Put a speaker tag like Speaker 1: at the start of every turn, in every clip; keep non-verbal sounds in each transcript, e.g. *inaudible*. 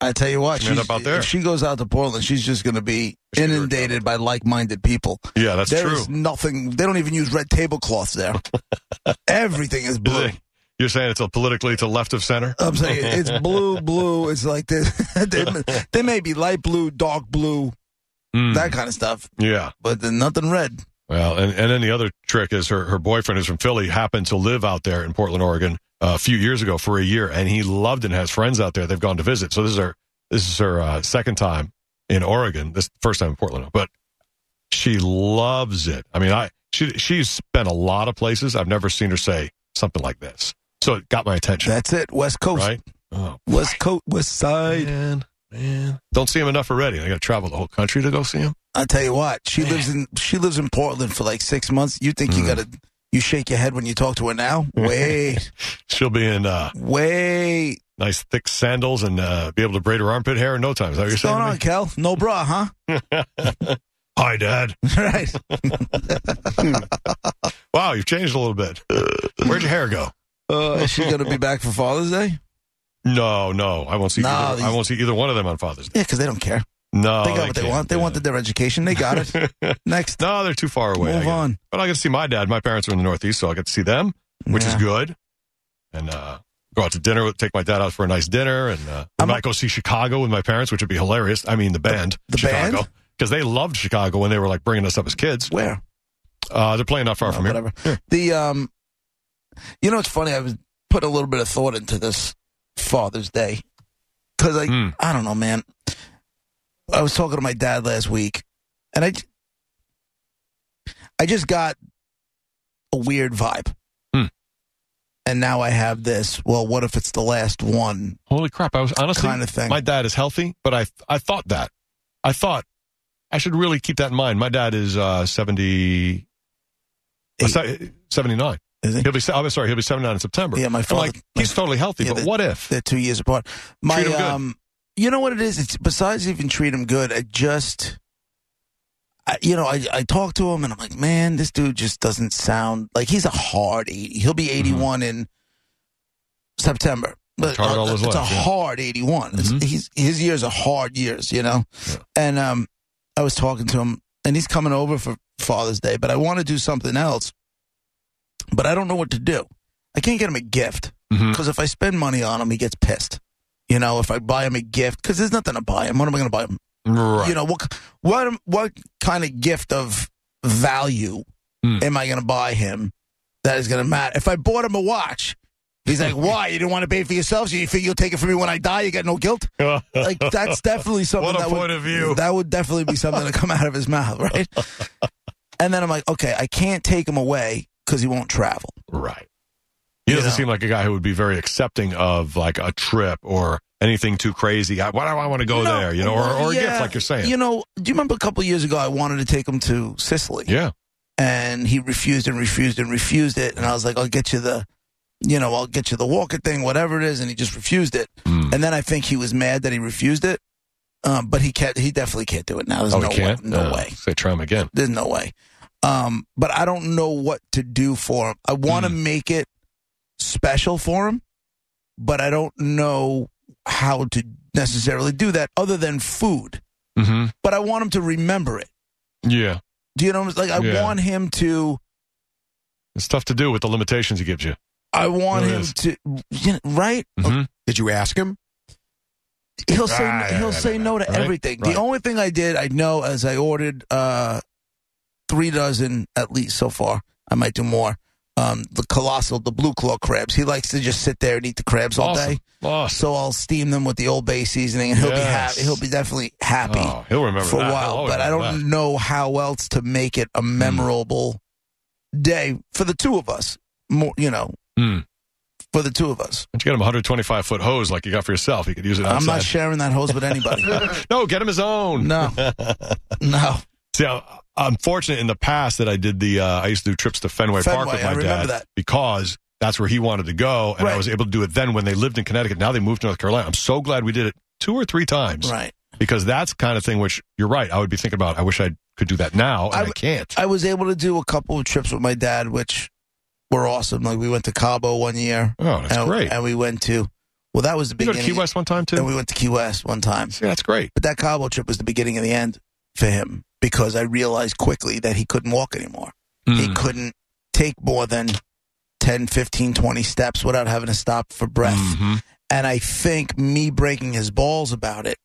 Speaker 1: I tell you what,
Speaker 2: Right
Speaker 1: she's,
Speaker 2: up out there.
Speaker 1: if she goes out to Portland, she's just going to be
Speaker 2: She's gonna
Speaker 1: inundated by like-minded people.
Speaker 2: Yeah, that's
Speaker 1: There
Speaker 2: true.
Speaker 1: is nothing. They don't even use red tablecloths
Speaker 2: *laughs*
Speaker 1: there. Everything is
Speaker 2: Is
Speaker 1: blue.
Speaker 2: it- You're saying it's a politically to left of center?
Speaker 1: I'm saying it's blue, blue. It's like this. *laughs* they, they may be light blue, dark blue,
Speaker 2: Mm,
Speaker 1: that kind of stuff,
Speaker 2: yeah.
Speaker 1: but then nothing red.
Speaker 2: Well, and, and then the other trick is her, her boyfriend is from Philly, happened to live out there in Portland, Oregon, uh, a few years ago for a year, and he loved and has friends out there. They've gone to visit. So this is her this is her uh, second time in Oregon. This first time in Portland, but she loves it. I mean, I she she's been a lot of places. I've never seen her say something like this. So it got my attention.
Speaker 1: That's it. West Coast,
Speaker 2: right? Oh,
Speaker 1: West Coast, West Side.
Speaker 2: man, man, don't see him enough already. I got to travel the whole country to go see him.
Speaker 1: I tell you what, she lives in she lives in Portland for like six months. You think you
Speaker 2: Mm.
Speaker 1: gotta you shake your head when you talk to her now?
Speaker 2: *laughs*
Speaker 1: Wait,
Speaker 2: She'll be in uh,
Speaker 1: wait.
Speaker 2: nice thick sandals and uh, be able to braid her armpit hair in no time. Is that what you're
Speaker 1: What's
Speaker 2: saying?
Speaker 1: going
Speaker 2: to me?
Speaker 1: on, Kel? No bra, huh? *laughs*
Speaker 2: Hi, Dad.
Speaker 1: right.
Speaker 2: Wow, you've changed a little bit. Where'd your hair go?
Speaker 1: Uh, is she gonna be back for Father's Day?
Speaker 2: No, no, I won't see.
Speaker 1: No,
Speaker 2: either,
Speaker 1: these-
Speaker 2: I won't see either one of them on Father's Day.
Speaker 1: Yeah, because they don't care.
Speaker 2: No,
Speaker 1: they got what they
Speaker 2: Oh, can't,
Speaker 1: want. They
Speaker 2: yeah.
Speaker 1: wanted their education. They got it.
Speaker 2: *laughs*
Speaker 1: Next,
Speaker 2: No, they're too far away. I
Speaker 1: move
Speaker 2: get it.
Speaker 1: on.
Speaker 2: But I get to see my dad. My parents are in the Northeast, so I get to see them, which is
Speaker 1: Yeah.
Speaker 2: good. And uh, go out to dinner. with- Take my dad out for a nice dinner, and uh, we
Speaker 1: I'm-
Speaker 2: might go see Chicago with my parents, which would be hilarious. I mean, the band,
Speaker 1: the band?
Speaker 2: Chicago, because they loved Chicago when they were like bringing us up as kids.
Speaker 1: Where?
Speaker 2: Uh, they're playing not far
Speaker 1: Oh,
Speaker 2: from here.
Speaker 1: whatever. The um, you know, it's funny. I was putting a little bit of thought into this Father's Day because I,
Speaker 2: Hmm.
Speaker 1: I don't know, man. I was talking to my dad last week, and I, j- I just got a weird vibe,
Speaker 2: Hmm.
Speaker 1: and now I have this. Well, what if it's the last one?
Speaker 2: Holy crap! I was honestly
Speaker 1: Kind of thing.
Speaker 2: My dad is healthy, but I I thought that I thought I should really keep that in mind. My dad is uh, 70, uh,
Speaker 1: Eight.
Speaker 2: se- 79.
Speaker 1: Is it?
Speaker 2: He'll be se- I'm sorry, he'll be 79 in September.
Speaker 1: Yeah, my
Speaker 2: I'm
Speaker 1: father-
Speaker 2: like he's totally healthy,
Speaker 1: Yeah,
Speaker 2: but
Speaker 1: the-
Speaker 2: what if?
Speaker 1: They're two years apart. My,
Speaker 2: Treat 'em good.
Speaker 1: um, you know what it is? It's besides even treat him good. I just, I, you know, I I talk to him and I'm like, man, this dude just doesn't sound like he's a hard eighty. He'll
Speaker 2: Mm-hmm.
Speaker 1: be eighty in September. But uh,
Speaker 2: It's hard all his
Speaker 1: it's
Speaker 2: life,
Speaker 1: a
Speaker 2: yeah.
Speaker 1: hard eighty one.
Speaker 2: Mhm.
Speaker 1: He's his years are hard years, you know.
Speaker 2: Yeah.
Speaker 1: And um, I was talking to him, and he's coming over for Father's Day, but I want to do something else, but I don't know what to do. I can't get him a gift
Speaker 2: Mhm.
Speaker 1: because if I spend money on him, he gets pissed. You know, if I buy him a gift, because there's nothing to buy him. What am I going to buy him?
Speaker 2: Right.
Speaker 1: You know, what what what kind of gift of value
Speaker 2: Hmm.
Speaker 1: am I going to buy him that is going to matter? If I bought him a watch, he's
Speaker 2: *laughs*
Speaker 1: like, "Why? You didn't want to pay it for yourself, so you figure you'll take it from me when I die? You got no guilt."
Speaker 2: *laughs*
Speaker 1: Like that's definitely something.
Speaker 2: What a
Speaker 1: that
Speaker 2: point
Speaker 1: would,
Speaker 2: of view.
Speaker 1: That would definitely be something to come out of his mouth,
Speaker 2: *laughs*
Speaker 1: right? and then I'm like, okay, I can't take him away because he won't travel.
Speaker 2: right. He
Speaker 1: You
Speaker 2: doesn't
Speaker 1: know.
Speaker 2: seem like a guy who would be very accepting of like a trip or anything too crazy. I, why do I want to go
Speaker 1: No,
Speaker 2: there? You know, or,
Speaker 1: well,
Speaker 2: or a gift
Speaker 1: yeah.
Speaker 2: like you're saying.
Speaker 1: You know, do you remember a couple years ago I wanted to take him to Sicily?
Speaker 2: yeah.
Speaker 1: And he refused and refused and refused it. And I was like, I'll get you the, you know, I'll get you the Walker thing, whatever it is. And he just refused it.
Speaker 2: Mm.
Speaker 1: And then I think he was mad that he refused it. Um, but he can't, he definitely can't do it now. There's
Speaker 2: oh,
Speaker 1: no
Speaker 2: he can't.
Speaker 1: way. No
Speaker 2: Uh,
Speaker 1: way.
Speaker 2: Say try him again.
Speaker 1: There's no way. Um, but I don't know what to do for him. I want
Speaker 2: Hmm.
Speaker 1: to make it special for him, but I don't know how to necessarily do that other than food
Speaker 2: hmm
Speaker 1: but I want him to remember it.
Speaker 2: Yeah.
Speaker 1: Do you know what I'm like? I
Speaker 2: Yeah.
Speaker 1: want him to.
Speaker 2: It's tough to do with the limitations he gives you.
Speaker 1: I want
Speaker 2: There it
Speaker 1: him
Speaker 2: is.
Speaker 1: to. You know, right?
Speaker 2: Mhm.
Speaker 3: Did you ask him?
Speaker 1: He'll say
Speaker 2: Ah, yeah,
Speaker 1: he'll
Speaker 2: yeah,
Speaker 1: say
Speaker 2: yeah,
Speaker 1: no to
Speaker 2: right,
Speaker 1: everything.
Speaker 2: right.
Speaker 1: The only thing I did I know is I ordered uh, three dozen at least so far. I might do more. Um, the colossal, the blue claw crabs. He likes to just sit there and eat the crabs all
Speaker 2: awesome.
Speaker 1: day.
Speaker 2: Awesome.
Speaker 1: So I'll steam them with the old bay seasoning, and he'll
Speaker 2: Yes.
Speaker 1: be happy. He'll be definitely happy.
Speaker 2: Oh, Hmm. he'll remember
Speaker 1: for
Speaker 2: that.
Speaker 1: a
Speaker 2: He'll
Speaker 1: while,
Speaker 2: always
Speaker 1: but I
Speaker 2: remember
Speaker 1: don't know how else to make it a memorable day for the two of us. More, you know,
Speaker 2: that. Mm.
Speaker 1: for the two of us.
Speaker 2: Why don't you get him a 125 foot hose like you got for yourself? You could use it outside.
Speaker 1: I'm not sharing that hose with
Speaker 2: *laughs*
Speaker 1: anybody.
Speaker 2: no, get him his own. *laughs*
Speaker 1: no, no.
Speaker 2: See, I'm, I'm fortunate in the past that I did the. Uh, I used to do trips to Fenway, Park
Speaker 1: Fenway,
Speaker 2: with
Speaker 1: I
Speaker 2: my
Speaker 1: remember
Speaker 2: dad
Speaker 1: that.
Speaker 2: because that's where he wanted to go, and I
Speaker 1: Right.
Speaker 2: was able to do it then when they lived in Connecticut. Now they moved to North Carolina. I'm so glad we did it two or three times
Speaker 1: Right.
Speaker 2: because that's the kind of thing which you're right. I would be thinking about. I wish I could do that now, and I,
Speaker 1: I-
Speaker 2: can't.
Speaker 1: I was able to do a couple of trips with my dad, which were awesome. Like we went to Cabo one year,
Speaker 2: oh, that's
Speaker 1: and,
Speaker 2: great.
Speaker 1: and we went to Well, that was the
Speaker 2: You go to
Speaker 1: beginning.
Speaker 2: Key West one time too.
Speaker 1: And we went to Key West one time.
Speaker 2: See, that's great.
Speaker 1: But that Cabo trip was the beginning of the end for him because I realized quickly that he couldn't walk anymore.
Speaker 2: Hmm.
Speaker 1: He couldn't take more than 10, 15, 20 steps without having to stop for breath.
Speaker 2: Mhm.
Speaker 1: And I think me breaking his balls about it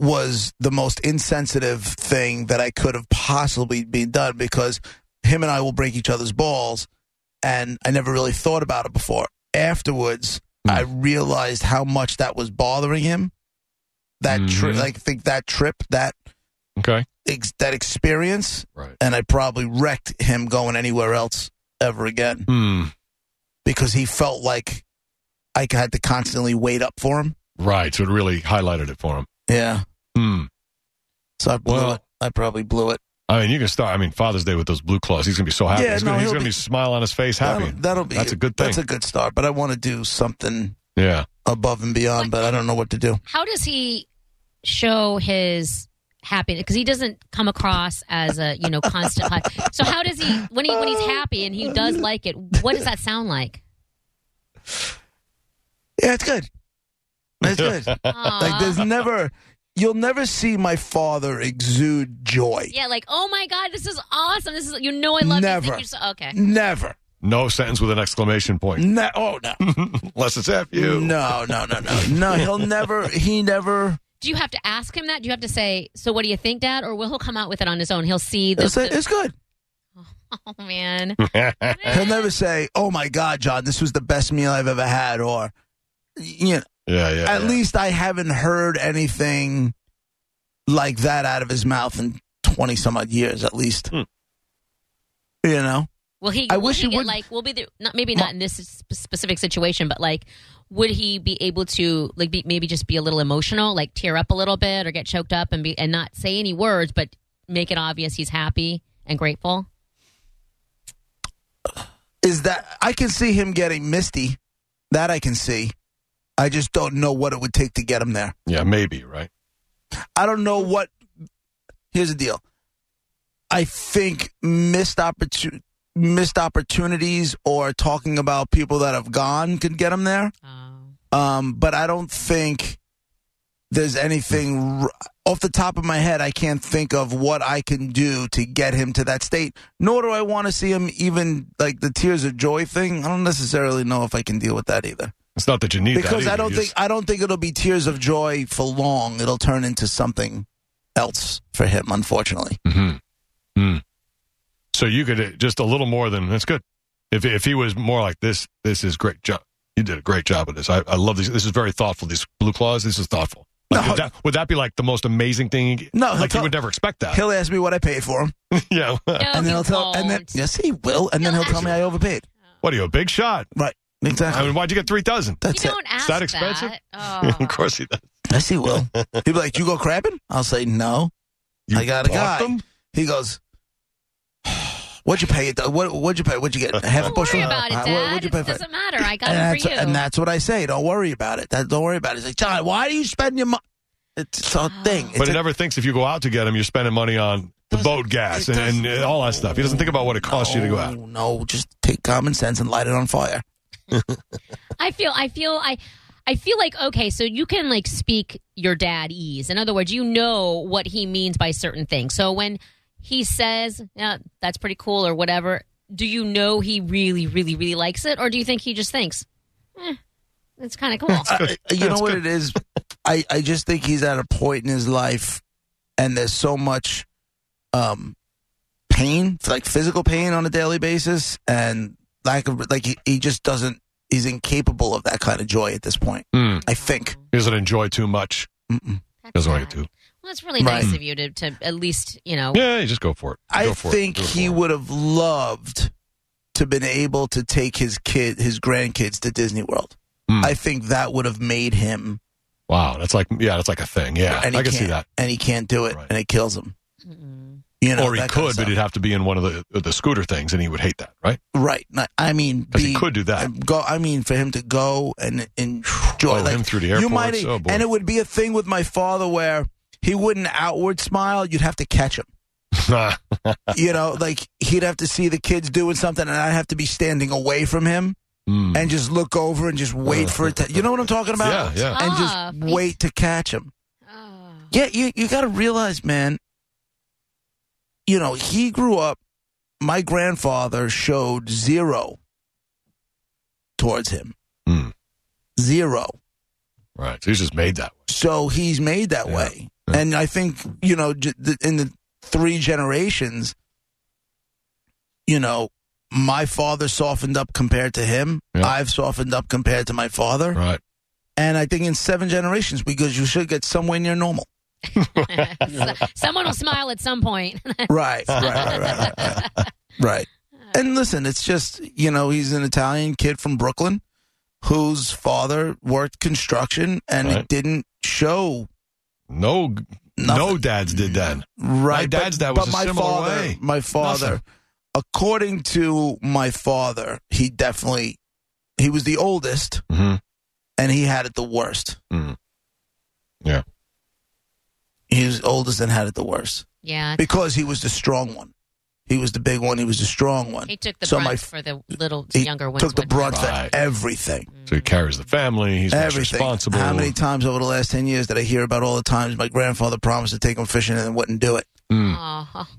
Speaker 1: was the most insensitive thing that I could have possibly been done because him and I will break each other's balls. And I never really thought about it before. Afterwards,
Speaker 2: Mm.
Speaker 1: I realized how much that was bothering him. That trip,
Speaker 2: Mhm.
Speaker 1: like, I think that trip, that
Speaker 2: Okay.
Speaker 1: ex- that experience,
Speaker 2: Right.
Speaker 1: and I probably wrecked him going anywhere else ever again
Speaker 2: Hmm.
Speaker 1: because he felt like I had to constantly wait up for him.
Speaker 2: Right. So it really highlighted it for him.
Speaker 1: Yeah.
Speaker 2: Hmm.
Speaker 1: So I blew
Speaker 2: Well-
Speaker 1: it. I probably blew it.
Speaker 2: I mean, you can start. I mean, Father's Day with those blue claws. He's gonna be so happy.
Speaker 1: Yeah,
Speaker 2: he's
Speaker 1: no,
Speaker 2: gonna, he's
Speaker 1: he'll
Speaker 2: gonna
Speaker 1: be-
Speaker 2: be smile on his face, happy.
Speaker 1: That'll, that'll be
Speaker 2: That's a good thing.
Speaker 1: That's a good start. But I want to do something
Speaker 2: yeah.
Speaker 1: above and beyond. But I don't know what to do.
Speaker 3: How does he show his happiness? Because he doesn't come across as a you know constant. high. So how does he when he when he's happy and he does like it? What does that sound like?
Speaker 1: Yeah, it's good.
Speaker 2: *laughs*
Speaker 1: It's good.
Speaker 3: Aw.
Speaker 1: *laughs* like there's never, you'll never see my father exude joy.
Speaker 3: yeah, like oh my god, this is awesome. This is you know I love you.
Speaker 1: Never.
Speaker 3: Thank you. So, okay.
Speaker 1: Never.
Speaker 2: No sentence with an exclamation
Speaker 1: *laughs*
Speaker 2: point,
Speaker 1: Ne- oh no.
Speaker 2: unless it's F you. *laughs*
Speaker 1: No, no, no, no, no. He'll never. He never.
Speaker 3: Do you have to ask him that? Do you have to say so? What do you think, Dad? Or will he come out with it on his own? He'll see
Speaker 1: He'll
Speaker 3: the,
Speaker 1: say, it's good.
Speaker 3: *laughs* oh man.
Speaker 1: *laughs* He'll never say, "Oh my God, John, this was the best meal I've ever had," or you know,
Speaker 2: Yeah, yeah.
Speaker 1: at
Speaker 2: yeah.
Speaker 1: least I haven't heard anything like that out of his mouth in twenty some odd years, at least.
Speaker 2: Hmm.
Speaker 1: You know,
Speaker 3: Will he?
Speaker 1: I
Speaker 3: will
Speaker 1: wish
Speaker 3: he
Speaker 1: he
Speaker 3: get
Speaker 1: would-
Speaker 3: like. Will be the not maybe
Speaker 1: Ma-
Speaker 3: not in this sp- specific situation, but like, would he be able to like be, maybe just be a little emotional, like tear up a little bit, or get choked up and be and not say any words, but make it obvious he's happy and grateful.
Speaker 1: is that I can see him getting misty. That I can see. I just don't know what it would take to get him there.
Speaker 2: yeah, maybe, right?
Speaker 1: I don't know what. Here's the deal. I think missed opportu- missed opportunities or talking about people that have gone could get him there.
Speaker 3: Oh.
Speaker 1: Um, but I don't think there's anything r- off the top of my head. I can't think of what I can do to get him to that state. Nor do I want to see him even like the tears of joy thing. I don't necessarily know if I can deal with that either
Speaker 2: It's not that you need that
Speaker 1: because
Speaker 2: either.
Speaker 1: I don't
Speaker 2: You
Speaker 1: think
Speaker 2: just-
Speaker 1: I don't think it'll be tears of joy for long. It'll turn into something else for him, unfortunately.
Speaker 2: Mhm. Mm. So you could uh, just a little more than that's good. If if he was more like this, this is great job. You did a great job of this. I, I love this. This is very thoughtful. These blue claws. This is thoughtful. Like,
Speaker 1: No.
Speaker 2: would, that, would that be like the most amazing thing?
Speaker 1: No, he'll
Speaker 2: like
Speaker 1: tell-
Speaker 2: you would never expect that.
Speaker 1: He'll ask me what I paid for him,
Speaker 2: *laughs* yeah.
Speaker 3: No,
Speaker 1: and then
Speaker 3: he
Speaker 1: he'll tell,
Speaker 3: won't.
Speaker 1: and then yes, he will, and then
Speaker 3: He'll
Speaker 1: he'll tell
Speaker 3: ask
Speaker 1: me I overpaid.
Speaker 2: what are you a big shot?
Speaker 1: Right,
Speaker 2: I
Speaker 1: exactly. *laughs*
Speaker 2: mean, why'd you get three thousand?
Speaker 3: you
Speaker 1: That's it.
Speaker 3: don't ask
Speaker 2: that expensive?
Speaker 3: that.
Speaker 1: *laughs*
Speaker 3: Oh.
Speaker 2: *laughs* of course he does.
Speaker 1: Yes, he
Speaker 2: *laughs*
Speaker 1: will. He'll be like, "You go crabbing?" I'll say, "No."
Speaker 2: You
Speaker 1: I got a
Speaker 2: bought
Speaker 1: guy.
Speaker 2: them?
Speaker 1: He goes, "What'd you pay? it? uh, What, what'd you pay? What'd you
Speaker 2: *laughs*
Speaker 1: get? Half a
Speaker 3: Don't
Speaker 1: bushel?
Speaker 3: worry about it,
Speaker 1: Uh, what-
Speaker 3: Dad.
Speaker 1: what'd you pay
Speaker 3: It
Speaker 1: for it?"
Speaker 3: doesn't matter. I got
Speaker 1: and
Speaker 3: it
Speaker 1: that's,
Speaker 3: for you.
Speaker 1: and that's what I say. Don't worry about it. That, don't worry about it. He's like, John, why do you spend your money? It's, it's a thing. It's
Speaker 2: But he
Speaker 1: a-
Speaker 2: never thinks if you go out to get him, you're spending money on the
Speaker 1: Doesn't-
Speaker 2: boat gas
Speaker 1: it
Speaker 2: and, and
Speaker 1: doesn't-
Speaker 2: all that stuff. He doesn't think about what it costs you to go out.
Speaker 1: No, No, just take common sense and light it on fire.
Speaker 3: I feel I feel I I feel like okay, so you can like speak your dad ease. In other words, you know what he means by certain things. So when he says, yeah, that's pretty cool or whatever, do you know he really, really, really likes it? Or do you think he just thinks, eh, it's kinda cool?
Speaker 1: I- I- Uh, you know what it *laughs* is? I, I just think he's at a point in his life, and there's so much um, pain, like physical pain on a daily basis, and lack of, like, he, he just doesn't, he's incapable of that kind of joy at this point,
Speaker 2: Hmm.
Speaker 1: I think.
Speaker 2: He doesn't enjoy too much.
Speaker 1: Mm-mm.
Speaker 3: That's
Speaker 2: Doesn't like it
Speaker 3: sad.
Speaker 2: too.
Speaker 3: Well, it's really
Speaker 1: Right.
Speaker 3: nice of you to, to at least, you know,
Speaker 2: Yeah, you just go for it.
Speaker 1: Oh. I
Speaker 2: Go for it.
Speaker 1: think
Speaker 2: Go for
Speaker 1: he
Speaker 2: it.
Speaker 1: would have loved to been able to take his kid, his grandkids to Disney World.
Speaker 2: Hmm.
Speaker 1: I think that would have made him,
Speaker 2: Wow, that's like yeah, that's like a thing. Yeah, I
Speaker 1: And he
Speaker 2: can see
Speaker 1: can't.
Speaker 2: that.
Speaker 1: and he can't do it,
Speaker 2: Right.
Speaker 1: and it kills him.
Speaker 3: *laughs* mm-mm.
Speaker 1: You know,
Speaker 2: or he
Speaker 1: that kind
Speaker 2: could,
Speaker 1: of
Speaker 2: but
Speaker 1: stuff.
Speaker 2: he'd have to be in one of the the scooter things, and he would hate that, right?
Speaker 1: right? Not- I mean,
Speaker 2: Because he
Speaker 1: be-
Speaker 2: could do that.
Speaker 1: Go. I mean, for him to go and enjoy
Speaker 2: oh,
Speaker 1: like,
Speaker 2: him through the
Speaker 1: You
Speaker 2: airport.
Speaker 1: might, e-
Speaker 2: oh, boy.
Speaker 1: and it would be a thing with my father where he wouldn't outward smile. You'd have to catch him. you know, like he'd have to see the kids doing something, and I'd have to be standing away from him
Speaker 2: *laughs* Mm.
Speaker 1: and just look over and just wait for it. To, you know what I'm talking about?
Speaker 2: Yeah, yeah.
Speaker 1: And
Speaker 3: Ah,
Speaker 1: just
Speaker 3: face-
Speaker 1: wait to catch him.
Speaker 3: Oh.
Speaker 1: Yeah, you you got to realize, man. You know, he grew up. My grandfather showed zero towards him.
Speaker 2: Hmm.
Speaker 1: Zero.
Speaker 2: right. So he's just made that way.
Speaker 1: So he's made that
Speaker 2: Yeah.
Speaker 1: way.
Speaker 2: Yeah.
Speaker 1: And I think, you know, j- th- in the three generations, you know, my father softened up compared to him.
Speaker 2: Yeah.
Speaker 1: I've softened up compared to my father.
Speaker 2: Right.
Speaker 1: And I think in seven generations, because you should get somewhere near normal.
Speaker 3: Someone will smile at some point.
Speaker 1: *laughs*
Speaker 3: *laughs*
Speaker 1: right, right, right, right, right, right. *laughs* Right. And listen, it's just, you know, he's an Italian kid from Brooklyn whose father worked construction and it
Speaker 2: Right.
Speaker 1: didn't show
Speaker 2: No, no
Speaker 1: Nothing.
Speaker 2: dads did then.
Speaker 1: Right.
Speaker 2: dad's
Speaker 1: but,
Speaker 2: dad was
Speaker 1: but
Speaker 2: a
Speaker 1: my
Speaker 2: similar
Speaker 1: father,
Speaker 2: way.
Speaker 1: My father,
Speaker 2: Nothing.
Speaker 1: according to my father, he definitely he was the oldest
Speaker 2: Mm-hmm.
Speaker 1: and he had it the worst.
Speaker 2: Mm. Yeah.
Speaker 1: He was oldest and had it the worst
Speaker 3: yeah.
Speaker 1: because he was the strong one. He was the big one. He was the strong one.
Speaker 3: He took the
Speaker 1: So
Speaker 3: brunt
Speaker 1: my-
Speaker 3: for the little the
Speaker 1: He
Speaker 3: younger ones.
Speaker 1: took the
Speaker 3: would.
Speaker 1: brunt
Speaker 2: Right.
Speaker 1: for everything.
Speaker 2: So he carries the family. He's most
Speaker 1: everything.
Speaker 2: responsible.
Speaker 1: How many times over the last ten years did I hear about all the times my grandfather promised to take him fishing and then wouldn't do it,
Speaker 2: Mm.
Speaker 3: Aw.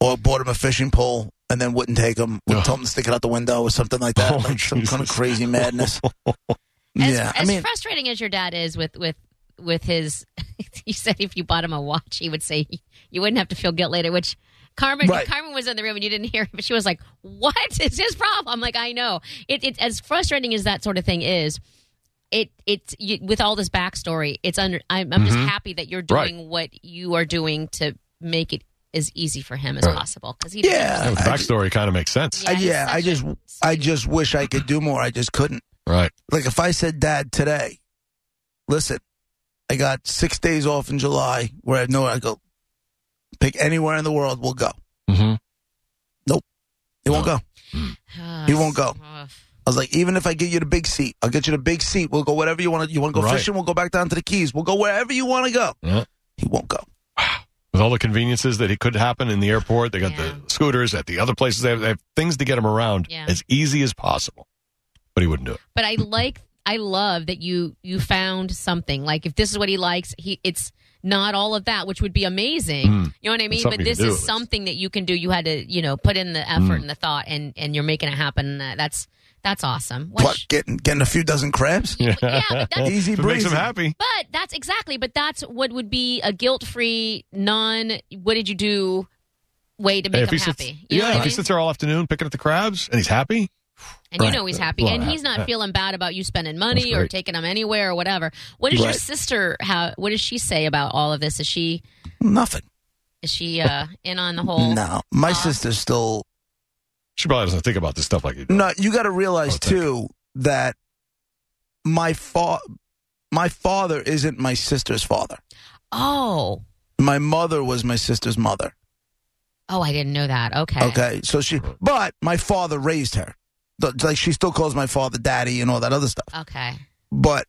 Speaker 1: or bought him a fishing pole and then wouldn't take him, would
Speaker 2: Ugh.
Speaker 1: told him to stick it out the window or something like that,
Speaker 2: *laughs* Oh,
Speaker 1: like some kind of
Speaker 2: Jesus.
Speaker 1: crazy madness.
Speaker 2: *laughs*
Speaker 3: As,
Speaker 1: yeah,
Speaker 3: as
Speaker 1: I mean,
Speaker 3: frustrating as your dad is with with with his, *laughs* you said if you bought him a watch, he would say you wouldn't have to feel guilt later. Which Carmen
Speaker 1: Right.
Speaker 3: Carmen was in the room and you didn't hear, it, but she was like, "What is his problem?" I'm like, "I know." It, it as frustrating as that sort of thing is. It it's you, with all this backstory. It's under. I'm, I'm just
Speaker 1: Mm-hmm.
Speaker 2: Mhm.
Speaker 3: happy that you're
Speaker 2: Right.
Speaker 3: doing what you are doing to make it as easy for him as
Speaker 2: Right.
Speaker 3: possible because he
Speaker 1: yeah,
Speaker 2: The
Speaker 1: I,
Speaker 2: backstory kind of makes sense.
Speaker 1: I-
Speaker 3: he's
Speaker 1: yeah,
Speaker 3: such
Speaker 1: I
Speaker 3: a
Speaker 1: just- I just wish I could do more. I just couldn't.
Speaker 2: Right.
Speaker 1: Like if I said, Dad, today, listen, I got six days off in July where I have nowhere I go. Pick anywhere in the world, we'll go.
Speaker 2: Mm-hmm.
Speaker 1: He won't
Speaker 2: No.
Speaker 1: go.
Speaker 3: *sighs*
Speaker 1: He won't go. I was like, even if I get you the big seat, I'll get you the big seat. We'll go whatever you want to. You want to go
Speaker 2: Right.
Speaker 1: fishing? We'll go back down to the Keys. We'll go wherever you want to go.
Speaker 2: Yeah.
Speaker 1: He won't go.
Speaker 2: With all the conveniences that it could happen in the airport, they got
Speaker 3: Yeah.
Speaker 2: the scooters at the other places. They have, they have things to get him around
Speaker 3: Yeah.
Speaker 2: as easy as possible. But he wouldn't do it.
Speaker 3: but I like I love that you you found something like if this is what he likes he it's not all of that which would be amazing
Speaker 2: Mm.
Speaker 3: you know what I mean
Speaker 2: something
Speaker 3: but
Speaker 2: you
Speaker 3: this
Speaker 2: can do, at
Speaker 3: is
Speaker 2: least. Hmm.
Speaker 3: something that you can do you had to you know put in the effort and the thought and and you're making it happen Uh, that's that's awesome What
Speaker 1: What?
Speaker 3: sh-
Speaker 1: Getting getting a few dozen crabs?
Speaker 2: *laughs*
Speaker 3: *laughs* yeah but that's
Speaker 1: Easy
Speaker 2: If it makes
Speaker 1: breezy.
Speaker 2: him happy.
Speaker 3: but that's exactly but that's what would be a guilt free non what did you do way to make
Speaker 2: if
Speaker 3: him
Speaker 2: he
Speaker 3: happy
Speaker 2: sits,
Speaker 3: you know
Speaker 2: yeah,
Speaker 3: what
Speaker 2: if
Speaker 3: I
Speaker 2: he
Speaker 3: mean?
Speaker 2: sits there all afternoon picking up the crabs and he's happy,
Speaker 3: And
Speaker 2: Right.
Speaker 3: you know he's happy,
Speaker 2: Well,
Speaker 3: and he's not
Speaker 2: yeah.
Speaker 3: feeling bad about you spending
Speaker 2: That's
Speaker 3: money or
Speaker 2: great.
Speaker 3: taking him anywhere or whatever. What does your
Speaker 1: Right.
Speaker 3: sister have? What does she say about all of this? Is she
Speaker 1: Nothing.
Speaker 3: is she uh, in on the whole?
Speaker 1: No, my
Speaker 3: Aw.
Speaker 1: sister's still
Speaker 2: she probably doesn't think about this stuff like you do.
Speaker 1: No, you got to realize
Speaker 2: Oh, thank
Speaker 1: too that my fa- my father isn't my sister's father.
Speaker 3: Oh,
Speaker 1: My mother was my sister's mother.
Speaker 3: oh, I didn't know that. Okay,
Speaker 1: Okay, so she, but my father raised her. Th- Like she still calls my father daddy and all that other stuff.
Speaker 3: okay.
Speaker 1: But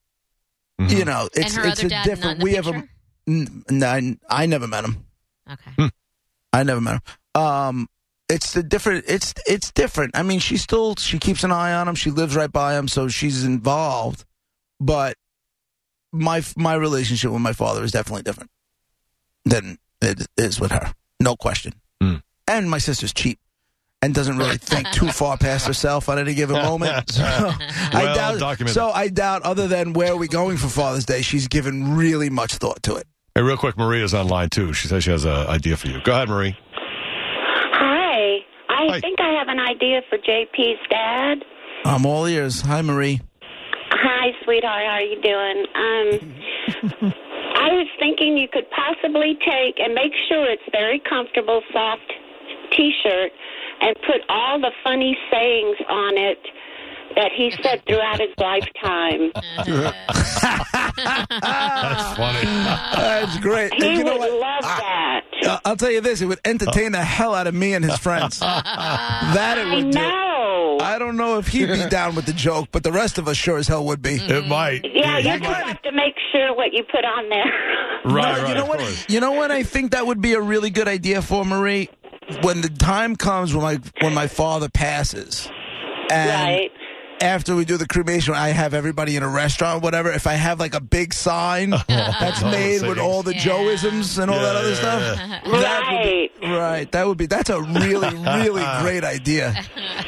Speaker 2: Mhm.
Speaker 1: you know, it's
Speaker 3: Mm-hmm. and her
Speaker 1: it's
Speaker 3: other
Speaker 1: a
Speaker 3: dad not in
Speaker 1: different.
Speaker 3: the
Speaker 1: We have
Speaker 3: picture.
Speaker 1: a. N- n- I- I never met him. *laughs*
Speaker 3: okay,
Speaker 1: I never met him. Um, it's the different. It's it's different. I mean, she still she keeps an eye on him. She lives right by him, so she's involved. But my my relationship with my father is definitely different than it is with her. No question.
Speaker 2: Hmm.
Speaker 1: And my sister's cheap and doesn't really think
Speaker 2: *laughs*
Speaker 1: too far past herself at any given moment. So I
Speaker 2: Well
Speaker 1: doubt.
Speaker 2: documented.
Speaker 1: So I doubt. Other than where are we going for Father's Day, she's given really much thought to it.
Speaker 2: Hey, real quick, Maria's online too. She says she has an idea for you. Go ahead, Marie.
Speaker 4: Hi. I
Speaker 2: Hi.
Speaker 4: think I have an idea for JP's dad.
Speaker 1: I'm all ears. Hi,
Speaker 2: *laughs*
Speaker 1: Marie.
Speaker 4: Hi, sweetheart. How are you doing? Um,
Speaker 1: *laughs*
Speaker 4: I was thinking you could possibly take and make sure it's very comfortable, soft T-shirt, and put all the funny sayings on it that he said throughout his lifetime.
Speaker 3: Oh,
Speaker 2: That's funny.
Speaker 4: *laughs*
Speaker 1: That's great.
Speaker 4: He
Speaker 1: And you know
Speaker 4: would
Speaker 1: what?
Speaker 4: love that.
Speaker 1: Uh, I'll tell you this: it would entertain the hell out of me and his
Speaker 4: *laughs*
Speaker 1: friends. that it
Speaker 4: I
Speaker 1: would do.
Speaker 4: know.
Speaker 1: I don't know if he'd
Speaker 4: *laughs*
Speaker 1: be down with the joke, but the rest of us sure as hell would be.
Speaker 4: Mm.
Speaker 2: it might.
Speaker 4: yeah,
Speaker 2: you
Speaker 4: you just
Speaker 2: might.
Speaker 4: have to make sure what you put on there. *laughs*
Speaker 2: Right,
Speaker 1: No,
Speaker 2: right.
Speaker 1: you know
Speaker 2: of
Speaker 1: what?
Speaker 2: course.
Speaker 1: You know what? I think that would be a really good idea for Marie when the time comes when my when my father passes, and *laughs*
Speaker 4: right.
Speaker 1: after we do the cremation, when I have everybody in a restaurant, or whatever. If I have like a big
Speaker 3: *laughs*
Speaker 1: sign that's
Speaker 2: all the
Speaker 1: made with
Speaker 2: savings.
Speaker 1: all the
Speaker 3: Yeah.
Speaker 1: Joeisms and all that
Speaker 2: Yeah,
Speaker 1: other
Speaker 2: yeah,
Speaker 1: stuff,
Speaker 3: *laughs*
Speaker 1: that would be-
Speaker 4: Right.
Speaker 1: right. That would be. That's a really,
Speaker 2: *laughs*
Speaker 1: really great
Speaker 3: *laughs*
Speaker 1: idea.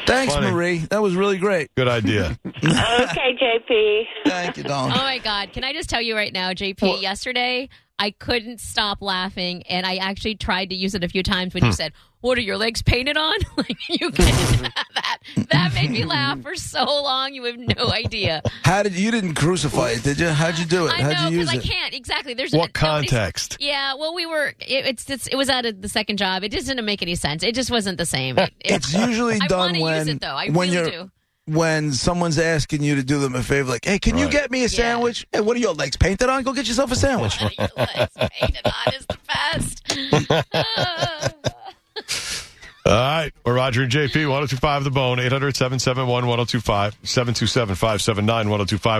Speaker 1: Thanks,
Speaker 2: Funny.
Speaker 1: Marie. That was really great. *laughs*
Speaker 2: Good idea.
Speaker 4: okay, JP.
Speaker 1: Thank you, Don.
Speaker 3: Oh my God. Can I just tell you right now, JP, yesterday I couldn't stop laughing and I actually tried to use it a few times
Speaker 2: Hmm.
Speaker 3: when you said, What are your legs painted on? *laughs* like
Speaker 2: *laughs*
Speaker 3: you couldn't have that. That made me laugh for so long you have no idea.
Speaker 1: How did you didn't crucify it? Did you? How'd you do it?
Speaker 3: I
Speaker 1: How'd
Speaker 3: know,
Speaker 1: you
Speaker 3: because
Speaker 1: use
Speaker 3: I
Speaker 1: it?
Speaker 3: can't. Exactly. There's
Speaker 2: What
Speaker 3: nobody's-
Speaker 2: context?
Speaker 3: Yeah, well, we were. It, it's, it's it was out of the second job. It just didn't make any sense. It just wasn't
Speaker 1: *laughs*
Speaker 3: the same. It, it-
Speaker 1: It's usually
Speaker 3: I
Speaker 1: done
Speaker 3: wanna
Speaker 1: when
Speaker 3: use it though. I
Speaker 1: when
Speaker 3: really
Speaker 1: you're
Speaker 3: do.
Speaker 1: when someone's asking you to do them a favor, like, "Hey, can you
Speaker 2: Right.
Speaker 1: get me a sandwich? Hey, what are your legs painted on? Go get yourself a sandwich."
Speaker 3: What are your legs painted on is the best.
Speaker 2: All right. We're Roger oh and JP, 1025 The Bone, 800 771 1025, 727 579 1025.